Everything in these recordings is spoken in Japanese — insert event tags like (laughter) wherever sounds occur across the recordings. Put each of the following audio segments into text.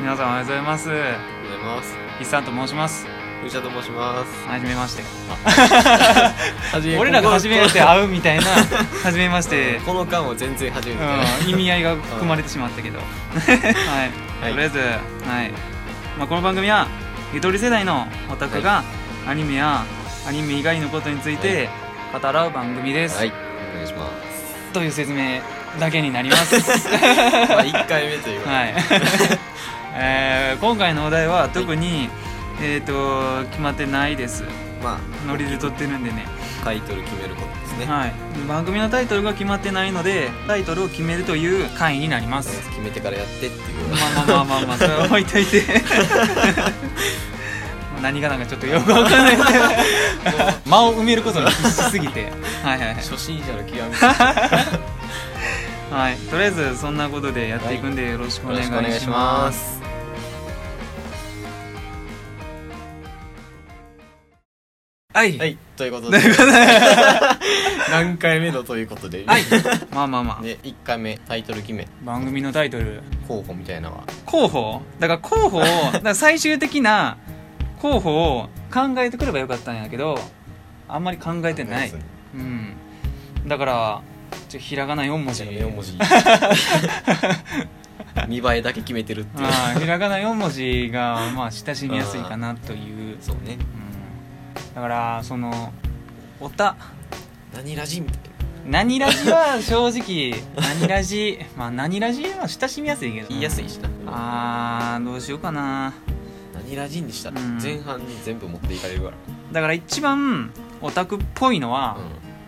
皆さんおはようございますありがとうございます。一さんと申します藤田と申します。はじめまして初俺らが初めて会うみたいな (laughs) (laughs) 初めまして、この間は全然初めて。うん、意味合いが含まれてしまったけどはい、はいとりあえず、はいまあ、この番組はゆとり世代のオタクがアニメやアニメ以外のことについて語らう番組です、はい、お願いします。という説明だけになり (laughs) ますまあ一回目というか。はい、 (laughs) えー今回のお題は特に、えっ、と決まってないですまノリで撮ってるんでね、あタイトル決めることですね。はい、番組のタイトルが決まってないのでタイトルを決めるという回になりまとりあえすず決めてからやってっていうま。あまあまあまあ (laughs) まあそれは置いといて何がなんかちょっとよくわかんない間を埋めることに必死すぎてはいはいはい初心者の極み。よはい、とりあえずそんなことでやっていくんでよろしくお願ろいししくお願いしまますす。はいはい、ということで。何回目のということで。はい。まあまあまあ、で、一回目タイトル決め番組のタイトル候補みたいなのは。候補だから候補をだから最終的な候補を考えてくればよかったんやけどあんまり考えてない、うん、だからちょひらがな4文字じゃあ四 (laughs) 文字。見栄えだけ決めてるっていう。あーひらがな4文字がまあ親しみやすいかなという、そうね。うん、だからその「おた」何ラジみたいな。 「何ラジ」は正直 (laughs)「何ラジ」まあ「何ラジ」は親しみやすいけど言いやすいしな。あーどうしようかな何ラジンにしたらうん前半に全部持っていかれるかだから一番オタクっぽいのは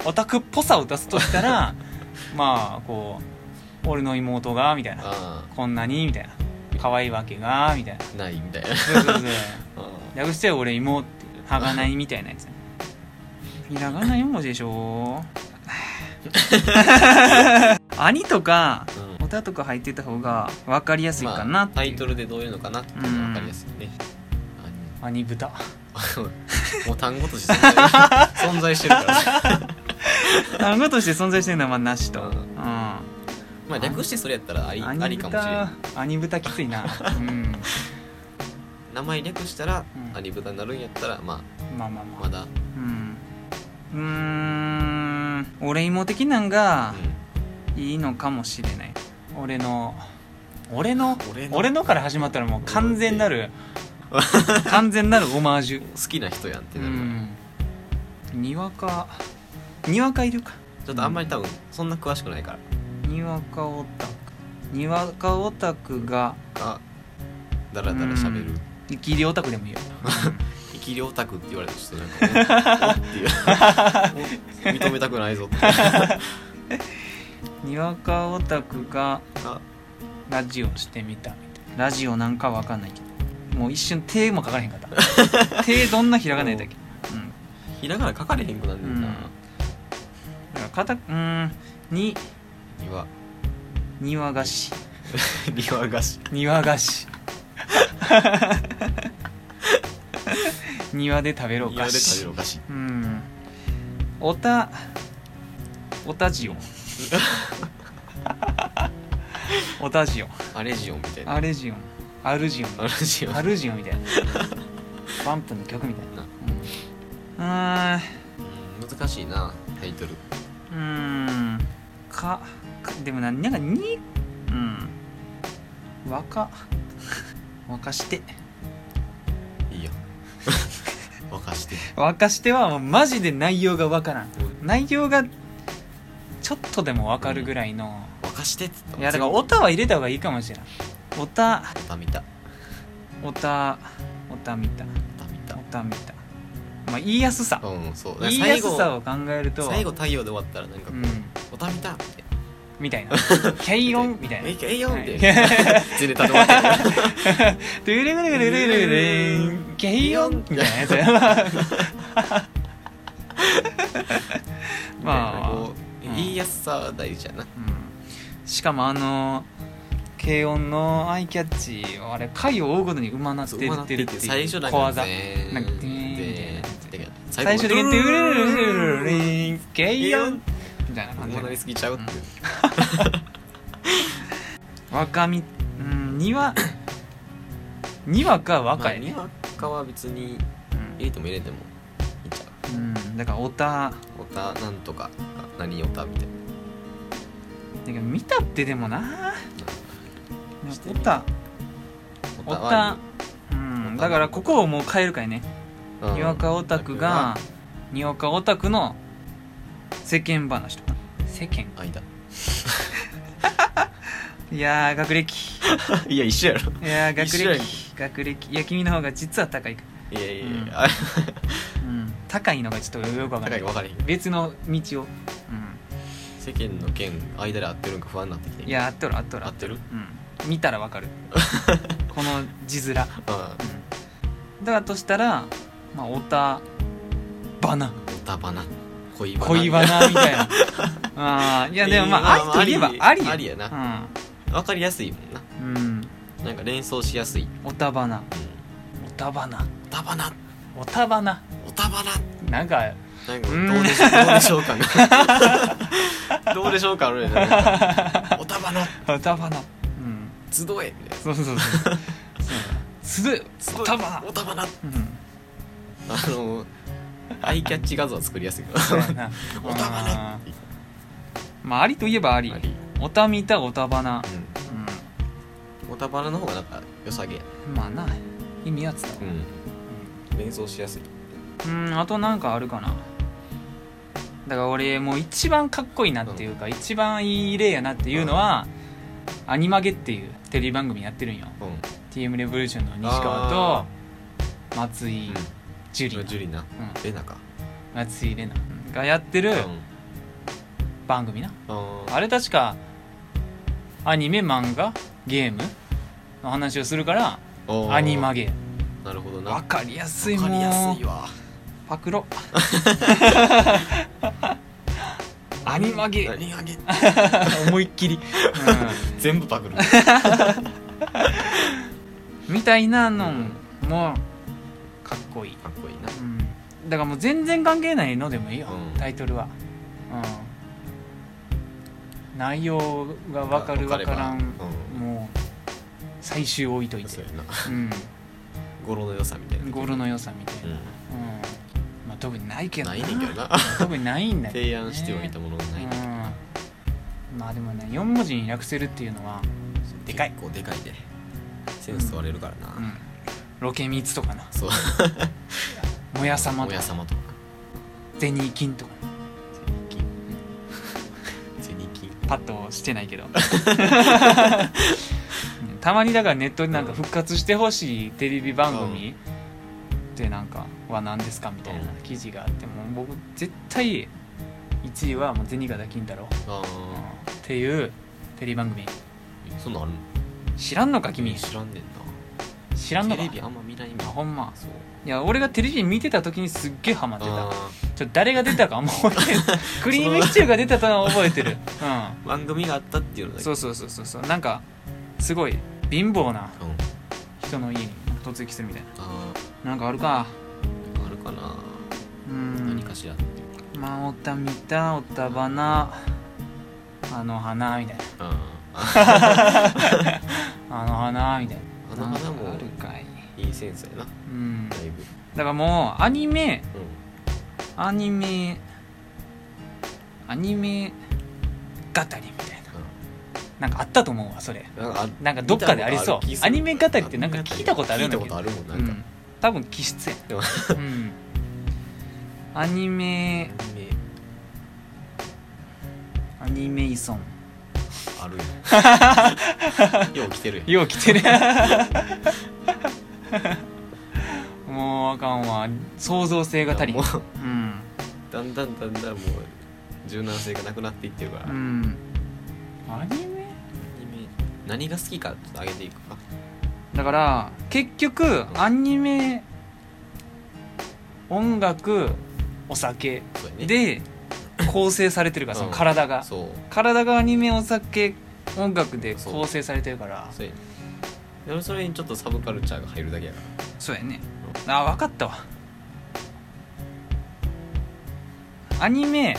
ら、、オタクっぽさを出すとしたら (laughs) まあこう「俺の妹が」みたいなあ「こんなに」みたいな「可愛いわけが」みたいなあないみたいなそうそうそうあ略して「俺妹」っていう「はがない」みたいなやつひらがな4文字でしょ兄とか (laughs) ーオタとか入ってた方が分かりやすいかなまあってタいう、イトルでどういうのかなっていうのが分かりやすいね兄豚あの (laughs) もう単語として (laughs) 存在存在してるからさ単語として存在してるのはまあなしと、うんうんまあ略してそれやったらありアあニりブかもしれタんアニブタきついなうん名前略したらうんアニブタになるんやったらままあまああまあまだうんうーん俺芋的なんうがんいいのかもしれない俺の俺の俺の俺のから始まったらもう完全なる完全なるオマージュ好きな人やんってうなるからんにわかにわかいるかちょっとあんまり多分そんな詳しくないからにわかオタクにわかオタクがあだらだら喋うるん生きりオタクでもいいよ生き量オタクって言われたらちょっとなんか、ね、おっていう (laughs) お認めたくないぞってにわかオタクがあラジオしてみたみたいなラジオなんかわかんないけどもう一瞬「手」も書かれへんかった (laughs) 手どんなひらがないだっけうんひらがな書かれへんくなんねんな、だからかたうーんに庭庭菓子庭菓子庭菓 (laughs) 子庭で食べろ庭菓で食べ子るお菓子うんおたおた (laughs) じオおたじオアレジオンみたいなアレジオンアルジオンアレジオンハルジオみたいなバンプの曲みたいなうん難しいなタイトルうんうーんかかでもななんかにうん若若してい (laughs) いよ沸かして若してはもうマジで内容がわからん内容がちょっとでもわかるぐらいの、沸かしてって言ったいやだからオタは入れた方がいいかもしれないオタおたみたオタオタみたオおたみたタみたまあ言いやすさうんそう言いやすさをを考えると最後太陽で終わったらなんかうこんうおたみたってみたいな。キャイロンみたいな。ええよはみいたいな (laughs) 全然たまってないドゥルルルルルルルン、キャイロンみたいなやつや。まあこううん言いやすさは大事やなうんしかもあの、軽音のアイキャッチをあれ、回を追うごとに馬なってるってるって最い初うだ小技。けなんかデーンみたいなやつ最最初だけ初だけドゥドゥルルルルルルルルルルルリリン、キャイロンみたいな感じもうなりすぎちゃうっていう若みうん庭にわか若い、まあ、にわかは別に入れても入れてもいいんちゃううん、うんだからオタだオタなんとかあ何オタみたいけど見たってでもなしてオみタなオはタうんだからここをもう変えるかいねいいうんにわかオタクがにわかオタクの世間話とか世間間いやー学歴 (laughs) いや一緒やろいやー学一緒やん歴学歴いや君の方が実は高いかいやいやうんいや、あうん高いのがちょっとよくわかんな高いいか分からへん別の道を、世間の件間で合ってるんか不安になってきうてん、いや合っとる合っとる合ってるうん、見たらわかるこの字面、うん、だあからとしたらまあオタバナあオタバナ恋バナ恋バナみたい (laughs) なあーいやでもまあ、いやまあありといえばありありありやな分かりやすいもんなうん、うん、なんか連想しやすい、うん、オタバナオタバナオタバナオタバナオタバナなんかなんかどうでしょうどうでしょうかな (laughs) どうでしょうかある (laughs) やなおたばなオタバナうん集えみたいなそうそう (laughs) そうそうする集えオタバナおたば (laughs) なうんあのアイキャッチ画像は作りやすいかそうらやな (laughs) おたばなあーまあありといえばありありオタミタオタバナううんおたばなの方がなんか良さげやんまあな意味やつだわうん連想しやすいうんあとなんかあるかなだから俺もう一番かっこいいなっていうか、一番いい例やなっていうのは、アニマゲっていうテレビ番組やってるんようん TM レボリューションの西川と松井樹里、ジュリなレナか松井玲奈がやってる番組な、うんあれ確かアニメ漫画ゲームの話をするからおーアニマゲなるほどなわかりやすいわもかりやんすいわパクロアニマゲアニマゲ (laughs) 思いっきり、 (laughs) 全部パ (laughs) クるみたいなのもかっこいい、かっこいいなうん、だからもう全然関係ないのでもいいよ、うんタイトルは、うん、内容が分かる分われかばらんうもう最終置いといんてそうやなうん語呂の良さみたいなゴールの良さみたいな、ううんんまあ、特にないけどないねんけどな特にないんだけど、ね、提案してはいたものがないねんけどなうんまあでもね4文字に略せるっていうのは、でかい結構でかいでセンス問われるからな、うん、ロケミツとかなそうもやさまおとやかさまとか銭金とかな銭金パッとしてないけど (laughs) うんたまにだからネットでなんか復活してほしいテレビ番組ってなんかは何ですかみたいなうん記事があってもう僕絶対1位はもう銭形金太郎あっていうテレビ番組あそんなんあるの知らんのか君知らんねん知ならんのテかレビあんま見ないんあだほんまそういや俺がテレビ見てた時にすっげえハマってたあちょっと誰が出たかもう (laughs) 覚えてないクリームシチューが出たとは覚えてるうー番組があったっていうのだんけそうそうそうそうそうなんかすごい貧乏なうん人の家に突撃するみたいあななんかあるかーあるかな、う何んかしらっていうまあおったみたおったばなあの花みたいなああの花みたいーあなの花なんかもあるかいいいセンスやなうんだだいぶからもうアニメうアニメアニメ語りみたいななんかあったと思うわそれんなんかなんかどっかでありそう見たことる気するアニメ語りってなんか聞いたことあるんだけど聞いたことあるもんなうんか、ん多分気質やでもうんアニメアニメアニメ依存ある (laughs) よよう来てるやんよう来てるもうあかんわ創造性が足りんもううん、だんだんだんだんもう柔軟性がなくなっていってるから、うアニん、アニメメ何が好きかちょっと上げていくかだから結局アニメ音楽お酒そうやねで構成されてるからその体がそう体がアニメお酒音楽で構成されてるからそうやねでもそれにちょっとサブカルチャーが入るだけやかそうやねあ分かったわアニメ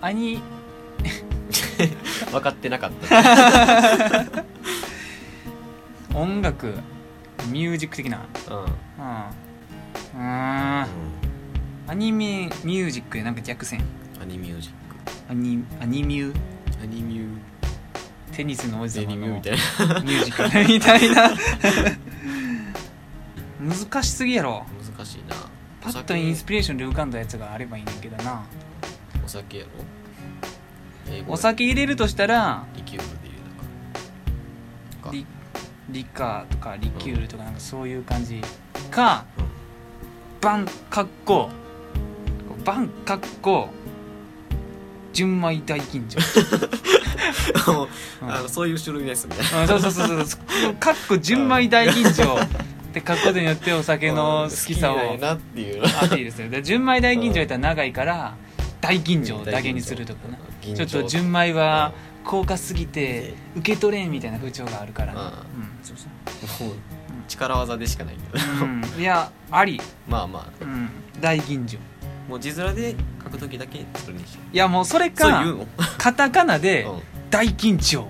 アニ (laughs) ら分かってなかった音音楽ミュージック的なうん、うんうーんアニメミュージックでなんか逆線アニミュージッアニアニミュークアニミューテニスの王子デ様ニのミューミみュたいなージックみたいな難しすぎやろ (laughs) 難しいなパッとインスピレーションで浮かんだやつがあればいいねんだけどなお酒やろ英語お酒入れるとしたらリキュールで入れたかリリカーとかリキュールとかなんかそういう感じかうんバンカッコバンカッコ純米大吟 (laughs) 醸もう (laughs) うんあのそういう種類のやつみたいなうんそうそうそうそうかっこ純米大吟醸って書くことによってお酒の好きさを好きなんやなっていうアピールするで純米大吟醸やったら長いから大吟醸だけにするとかな吟醸ちょっと純米は高価すぎて受け取れんみたいな風潮があるからうんうんそうそうもう力技でしかないけどうんいやあり、まあまうあん、大吟醸いもう字面で書くときだけそれにしよやもうそれうそう言うかのカタカナでうん大吟 (laughs) 醸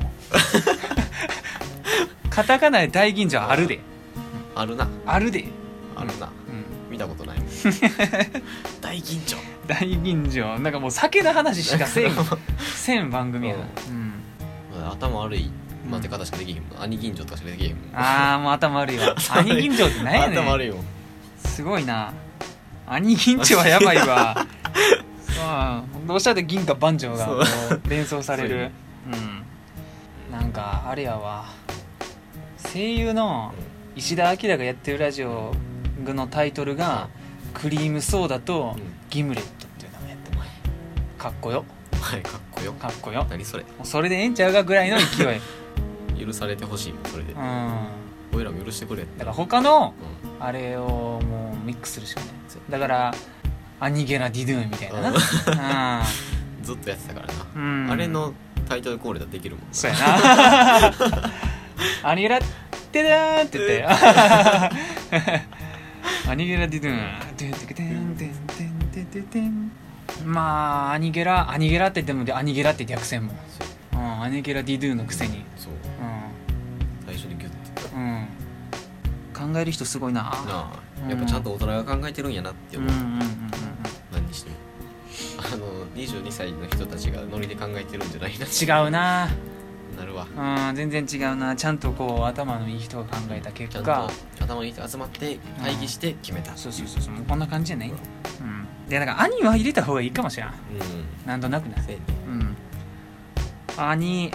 カタカナで大吟醸あるであるなあるで、あるなうん、見たこと (laughs) ないもん大緊張大吟醸なんかもう酒の話しかせ (laughs) んせん番組やな、うん、頭悪い待て方しかできへんもん兄緊張とかしかできへんもんああもう頭悪い (laughs) わ兄吟醸って何やね頭ん悪いもんすごいな兄銀醸はやばい (laughs) わそうどうしたって銀貨万丈がそこうう連想されそうるようんなんかあれやわ声優の石田明がやってるラジオのタイトルが「クリームソーダとギムレット」っていう名前やってるかっこよはいかっこよかっこよ何それもうそれでええんちゃうかぐらいの勢 (laughs) いうん許されてほしいもんそれでだか俺らも許してくれってら他のうんあれをもうミックスするしかないそうだからアニゲラディドゥンみたいなな、ずっとやってたからうなんうんあれのタイトルコールだできるもんそうや (laughs) なアニゲラってだーって言って (laughs) アニゲラディドゥンてんてけてんてんてんてんてんてんまあアニゲラアニゲラって言ってもアニゲラって略せんもん、そううん、アニゲラディドゥンのくせにそううん最初にギュッてうなん、考える人すごいなあやっぱちゃんと大人が考えてるんやなってうんう思うんうんうんうん何にしてもあの22歳の人たちがノリで考えてるんじゃないな違うななるわうん全然違うなちゃんとこう頭のいい人が考えたち結ゃんと果頭にいい人集まって会議して決めたそうそうそうそうもうこんな感じじゃないうんでだから兄は入れた方がいいかもしれんうんなんとなくなせやねうん兄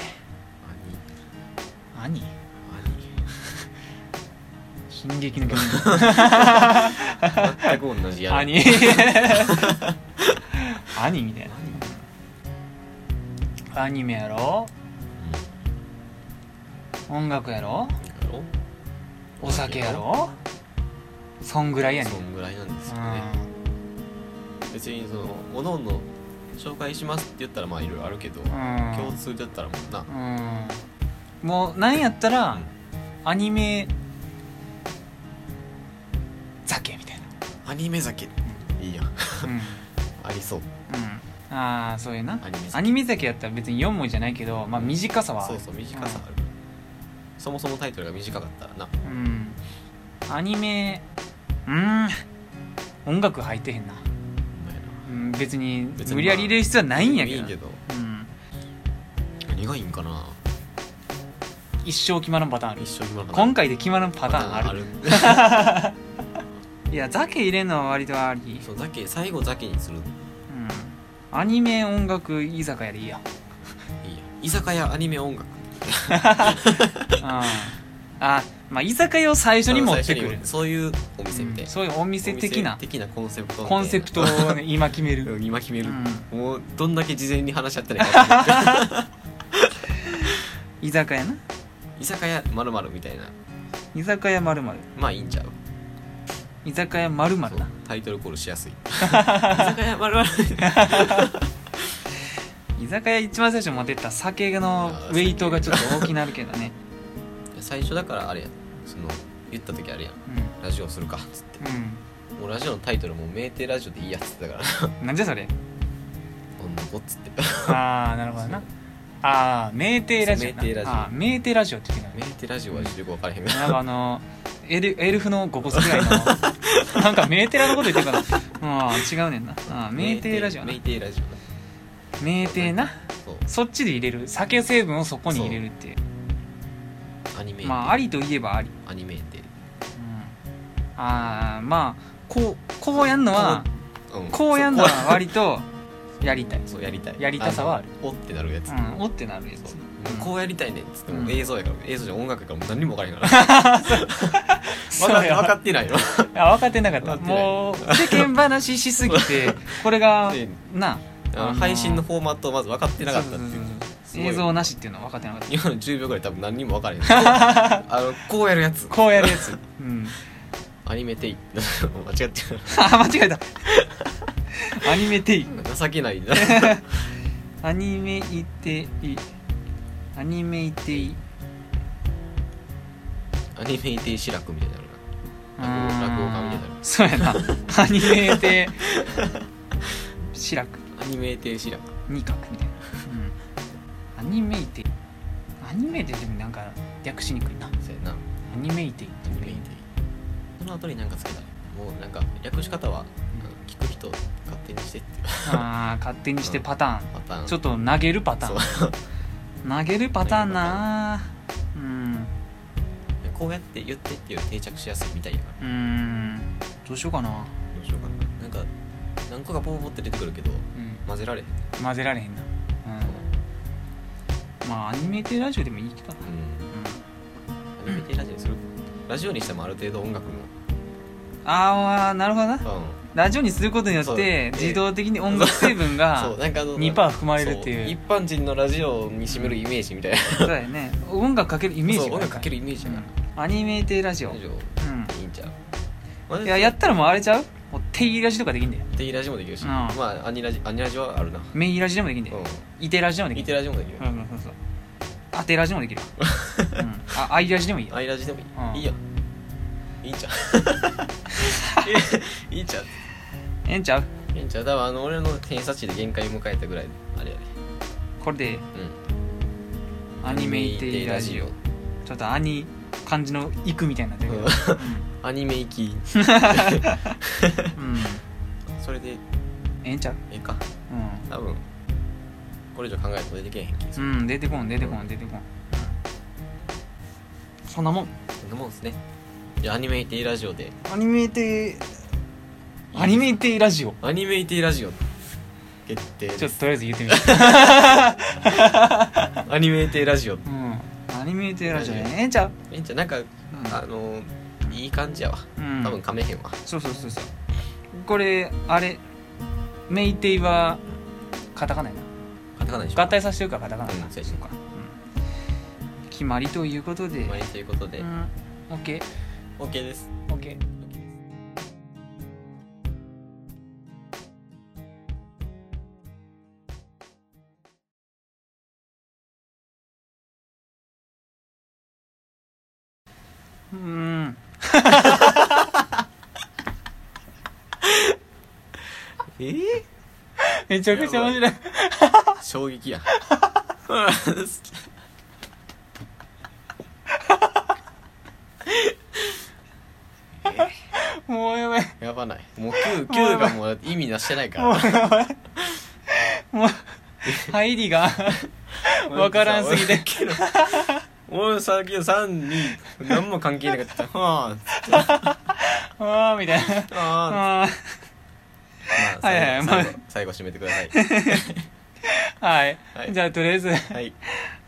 兄兄兄進撃の巨人全く同じや兄 (laughs) 兄みたいなアニメやろ音楽やろろお酒やろそんぐらいやねんそんぐらいなんですよねう別にそのおのおの紹介しますって言ったらまあいろいろあるけどん共通だったらもうなうんもうなんやったらアニメ酒みたいな、アニメ酒いいやんうんありそううん、ああそういうなアニメア酒ニメ酒やったら別に4文字じゃないけどまあ短さはあそるうそう短さあるそもそもタイトルが短かったらなうんアニメうん音楽入ってへんな、お前らうん、別に別に無理やり入れる必要はないんやけどいいけどうん、何がいいんかな一生決まらんパターンある一生今今回で決まらんパターンあるるいや酒入れんのは割とありそうだけ最後だけにするうんアニメ音楽居酒屋でいい (laughs) やいいや居酒屋アニメ音楽うんあまあ居酒屋を最初に持ってく最初るにそういうお店みたいなそういうお店的おな店的なコンセプトみたいなコンセプトを、ね、今決める、うん今決めうる、ん、もうどんだけ事前に話し合ってないか居酒屋な居酒屋まるまるみたいな居酒屋まるまるまあいいんちゃう居酒屋まるまるなそうタイトルコールしや (laughs) すい居酒屋まる (laughs) まる居酒屋一番最初に持ってった酒のウェイトがちょっと大きなるけどね、最初だからあれやその言った時あれや (laughs) んうラジオするかっつってんもうラジオのタイトルも「名店ラジオ」でいいやっつってたからうん、なんじゃそれ女子っつってああなるほどなああ名亭ラジオそう名亭ラジオあー名亭ラジオって言ってたメねンテラジオはちょっとよく分からへんけどなんかあのエルエルフのごぼつぐらいの (laughs) なんか名亭ラのこと言ってるからうん違うねんなあー名亭ラジオなメンテラジオな名亭なそうそっちで入れる酒成分をそこに入れるっていうアニメまあありといえばあり、アニメってうん、ああまあこうこうやんのはうんこうやんのは割とやりたい、 (laughs) そうやりたいやりたさはあるのおってなるやつ、うん、おってなるやつそううんこうやりたいねんっつっても、うん映像やから映像じゃ音楽やからもう何にも分からへんから分か (laughs) そうや分かってないのあ分かってなかった分かってないもう世間話しすぎ (laughs) てこれがでなあの配信のフォーマットをまず分かってなかったっていうそうそうそうすそうごい映像なしっていうのは分かってなかった今の10秒ぐらい多分何にも分からへん (laughs) あのこうやるやつこうやるやつ、 (laughs) うん、アニメテイ間違ってあ間違えたアニメテイる (laughs) 情けな (laughs) いなアニメイテイアニメイテイアニメテイ白くみたいになるうん落語家みたいになるそうや (laughs) なアニメで (laughs) 志らくなアニメテイ白二角みたいな、うん、アニメイテアニメイテでもなんか略しにくいなそうやアなニメイテアニメテイその後に何かつけたねもうなんか略し方はあの聞く人勝手にしてっていうあー勝手にしてパターン、パターンちょっと投げるパタそうーン投げるパターンなーうんこうやって言ってっていう定着しやすいみたいやからうーんどうしようかな、どうしようかななんか何個かポーポーって出てくるけどうん、混ぜられへん混ぜられへんな、うん、まあアニメイテラジオでもいいけどな、うんうんアニメテイラジオにするラジオにしてもある程度音楽のああなるほどなうんラジオにすることによそっうてで自動的に音楽成分そがうなんかあの2%含まれるっていうそ一般人のラジオに占めるイメージみたいなそうだよね音楽かけるイメージそう音楽かけるるイメージやから、アニメーテイラジオラジうオいいんちゃう、んいややったらもうあれちゃうもうテイラジとかできんだよっていいラジオもできるし、うんまあアニラジアニラジはあるなメイラジでもできんだようイテラジでもんでイきテるラジもできるうんうんそうそうアテラジもで (laughs) きるうんあアイラジでもいいよアイラジでもいい、うんいいよいいんちゃういいんちゃうええんちゃういいんちゃう多分あの俺の偏差値で限界迎えたぐらいあれやで、これでうん、アニメーテイラジオちょっとアニ感じの「行く」みたいになってるけどアニメ行きうんうん (laughs) それでえええんちゃうえかうん多分これ以上考えると出てけえへん気がする、うん出てこん出てこん出てこんそんなもんそんなもんですねじゃあアニメイテイラジオでアニメーテイアニメーテイラジオアニメイテイラジオ決定ですちょっととりあえず言ってみるアニメイテイラジオうんアニメーテイラジオねええんちゃうえんちゃんなんか、あのいい感じやわうん多分噛めへんわ、そうそうそうそうこれあれメイテイはカタカナやなカタカナでしょ合体させてるからカタカナやな、うんそうやしか、うん決まりということで、決まりということで、うん OKOK、 OK ですうーんええめちゃくちゃ面白い衝撃やもうやばいやばないもう Q, Q がもう意味なしてないかもらうやばいもう入り (laughs) がわからんすぎて俺さっき3に何も関係なかったはあーみたいなあはああまあ (laughs) 最後はいはいまあ最後最後締めてく (laughs) ださいーはい、はいじゃあとりあえずはい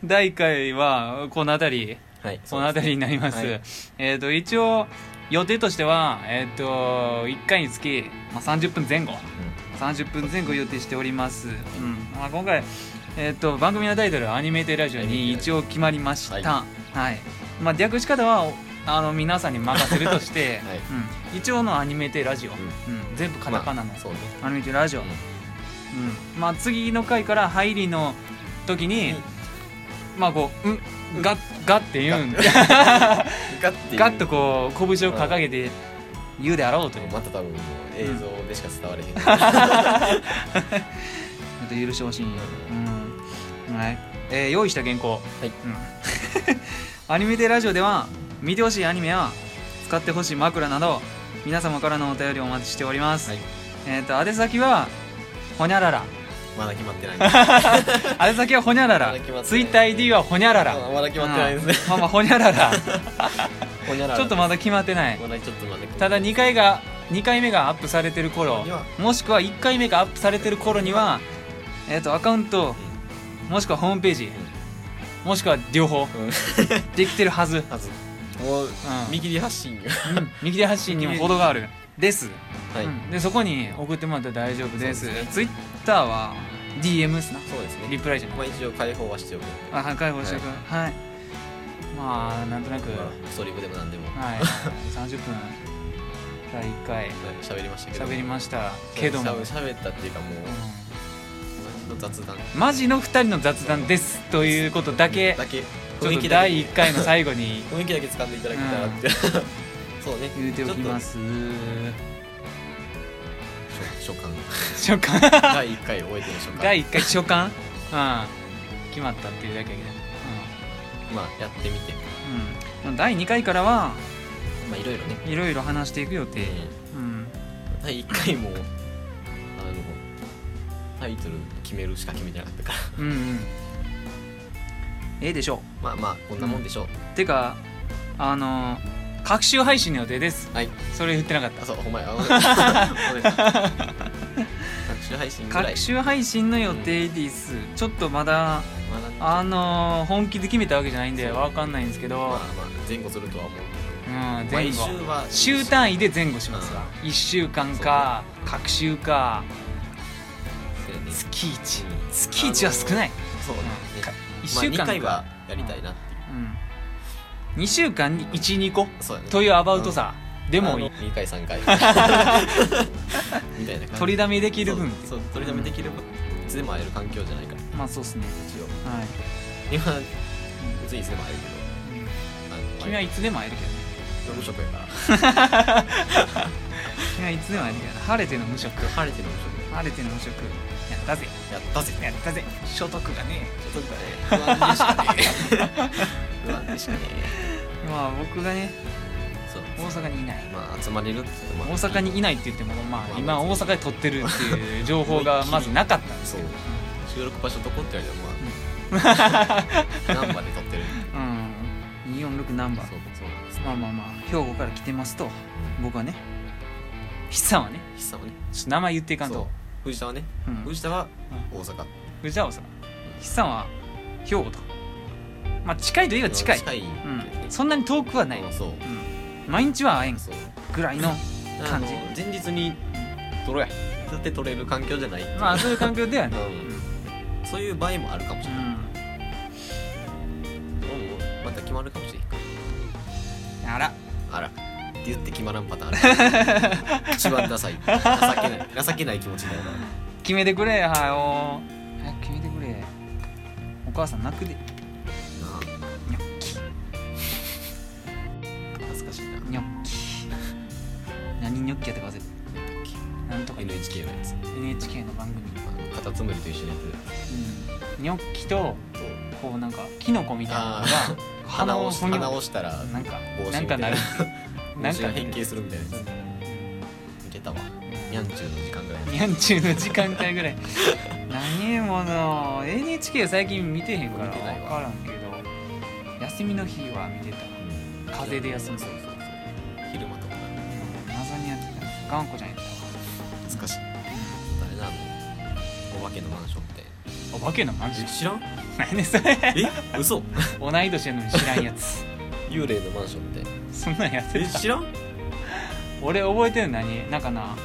第1回はこの辺りはいこの辺りになりますはいえっ、と一応予定としてはえっ、と1回につき、まあ、30分前後30分前後予定しております、うんまあ、今回、えっと番組のタイトルは「アニメーテラジオ」に一応決まりました、ははいまあ、略し方はおあの皆さんに任せると (laughs) して、はいうん、一応のアニメーテラジオ、んうん全部カタカナの、まあそうねアニメーテラジオ、ううんんまあ、次の回から入りの時に、まあこう「うんガッガッ」って言うんガッてガッとこう拳を掲げて言うであろうというまた多分もう映像でしか伝われへん、ちょっと許してほしい、うんはいえー用意した原稿、はいうん (laughs) アニメテラジオでは見てほしいアニメや使ってほしい枕など皆様からのお便りをお待ちしております、はいえっ、と宛先はほにゃら (laughs) らまだ決まっ (laughs) てないです。宛先はほにゃらまらだ決まってないツイッター ID はほにゃららまだまだ決まってないですねうんまあまあほに (laughs) ゃららほにゃららちょっとまだ決まってないまだちょっとまだ。ただ2回が2回目がアップされてる頃にはもしくは1回目がアップされてる頃には、えっとアカウントもしくはホームページもしくは両方うん。うん。できてるはず、はず。もう見切り発信が。うん右手発信にも程があるです、。はいうんでそこに送ってもらったら大丈夫ですそうですねツイッターは DM ですなそうですね。リプライじゃないまあ一応開放はしておく。あはい解放しておくはい、まあなんとなく、まあストリームでもなんでも (laughs) はい30分第1回喋りましたけど。喋りましたけども、喋喋ったっていうかもう何の雑談。うんマジの2人の雑談ですということだけだけ。ち雰ょ囲っと気だけ第1回の最後に雰囲気だけ掴んでいただけたらって。そうね。言うておきますちょっと。所感。初 (laughs) 感第一回終えてる所感。第1回初感うん決まったっていうだけやけどまあやってみて。うん、うん、第2回からはまあいろいろね。いろいろ話していく予定うんうん第1回もあのタイトル決めるしか決めてなかったからう (laughs) んうんええでしょまあまあこんなもんでしょう、うてかあのー、各週配信の予定ですはいそれ言ってなかっあたそうお (laughs) 前あ (laughs) お前各種配信ぐらい各週配信の予定です、ちょっとまだまだねあのー、本気で決めたわけじゃないんでそうわかんないんですけど、まあまあ前後するとは思うけうんど毎前週後は週単位で前後しますわ1週間か各週かそうやね月1うん月1は少ない、そううねん、か1まあ週間2回かはやりたいなっていううん、2週間に12個そうやねというアバウトさ、でもいい2回3 (laughs) 回みたいな感じ取りだだめできめる分そう取りだめできる分いつでも会える環境じゃないからまあそうっすね一応はい、今別にいつでも会えるけどうんあの君はいつでも会えるけどね無職やから君はいつでも会えるけどね晴れての無職晴れてる無職晴れての無職やったぜやったぜやったぜ所得がねちょっとね不安でしかねえ不安でしかねまあ僕がねえそう大阪にいないまあ集まれるって言っ大ても阪にいないって言ってもままああ今大阪で撮ってるっていう情報がまずなかったんですそうけど収録場所どこって言われてもまあ難波で撮ってるうん246ナンそバーうそうなんですね (laughs) まあまあまあ兵庫から来てますと僕はね筆さんはね筆さんはねちょっと名前言っていかんそとう藤田はねうん藤田は大阪藤沢さん筆さんは兵庫とまあ近いといえば近い近いうん、そんなに遠くはない、ううんん、そう毎日は会えんそうぐらいのあ感のじ前日に撮ろうやだって撮れる環境じゃないっていうまあそういう環境ではね、うんそういう場合もあるかもうしれないん、もうまた決まるかもしれないあらあらって言って決まらんパター (laughs) (laughs) ン一番ダサい情けない情けない気持ちになるから決めてくれはよ早く決めてくれお母さん泣くでにょっき恥ずかしいなにょっき何にょっきやったか忘れたなんとか NHK のやつ NHK の番組あのカタツムリと一緒にやってるやうんニョッキとつとこうなんかキノコみたいなのがあー鼻をしふにょ鼻をしたらなんか帽子なみたんいかななるななんんかか変形するみたいなやうんついけたわにゃんちゅうの時間ぐらいにゃんちゅうの時間帯ぐらい何もの NHK 最近見てへんから見てない分わからんけど休みの日は見てた風邪で休むそうそうそう昼間とか謎にやってた頑固じゃない懐かしいあれなあのお化けのマンションってお化けのマンシえョン知らん何やねんそれえ嘘同い年やのに知らんやつ (laughs) 幽霊のマンションって (laughs) そんなんやってえた知らん俺覚えてるの何なんかな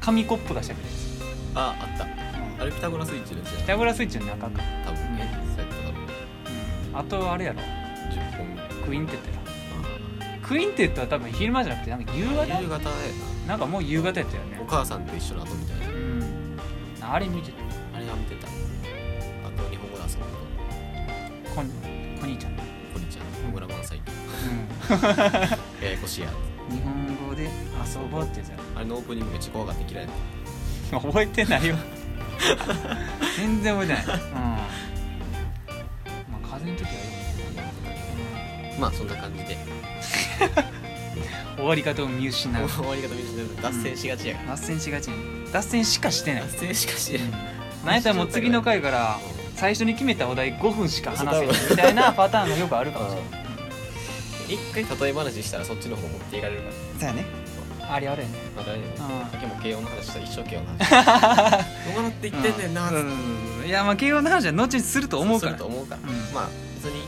紙コップがしゃべるやああったつあれピタゴラスイッチのやつピじゃタゴラスイッチの中か、ん多分ねそうやった多分うん、あとあれやろ10本クインテッドやろクインテッドは多分昼間じゃなくてなんか夕方夕方やなんかもう夕方やったよねなお母さんと一緒の後みたいなうんあれ見てたあれは見てたあと日本語で遊ぶとこんこにちゃ (laughs) ん、うポリちゃん小倉満載ん、ややこしいや日本語で遊ぼうってやつやあれのオープニングめっちゃ怖がって嫌いだっろ覚えてないよ全然覚えてない、うん、風の時は読まあそんな感じでむ終わり方を見失う (laughs) 終わり方見せて脱線しがちやか脱線しがちね脱線しかしてならい脱線しかしないなんやったらもう次の回から最初に決めたお題5分しか話せないみたいなパターンがよくあるかもしれない一回例え話したらそっちの方持っていかれるから (laughs) そうやねあれあれねまたねあさっきも慶応の話したら一生慶応の話どうなって言ってんねんなうってんいやまあ慶応の話は後にすると思うからそうすると思うからうんまあ別にい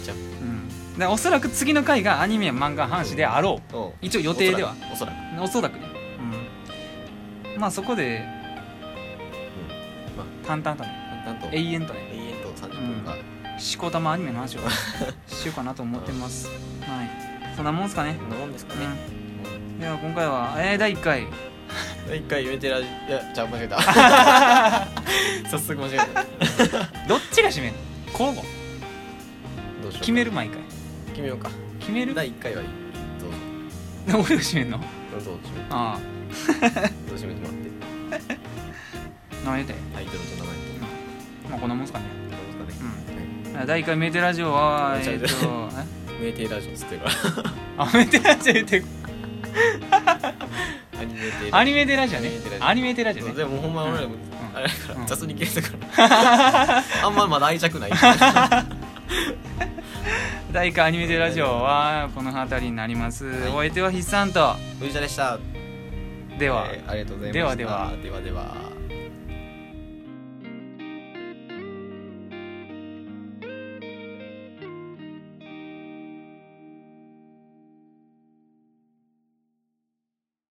いじゃんうんうんでおそらく次の回がアニメや漫画話であろううん一応予定ではおそらくおそらおそらくくね、うん、まあそこでまあ淡々とね淡々と永永遠とね遠と30分かしこたまアニメの話を (laughs) しようかなと思ってますはいそんなもんですかねそんなもんですかねうんでは今回は、えー、第1回一回言えてラジいやじゃあ間違えた早速間違えたどっちが締める交互どうしよう決める毎回決めようか決める俺第1回はいいどうがぞ締めるのどうぞ決めてあどう締めてもらってあなめてタイトルと名前とまあこんなもんですかねどうですうん第1回メテラジオはちえゃっ、うとえかね名帝ラジオっつってるかあメテラジオ言ってらアニメ帝アニメテラジオねアアニメテラジオそうねでもほんま俺らんもあれだかうらん雑に消えたから (laughs) あんままだ愛着ない (laughs) 第1回アニメテラジオはこの辺りになります、はいお相手は筆算と藤田でしたでは、えーありがとうござでいましたはではではでは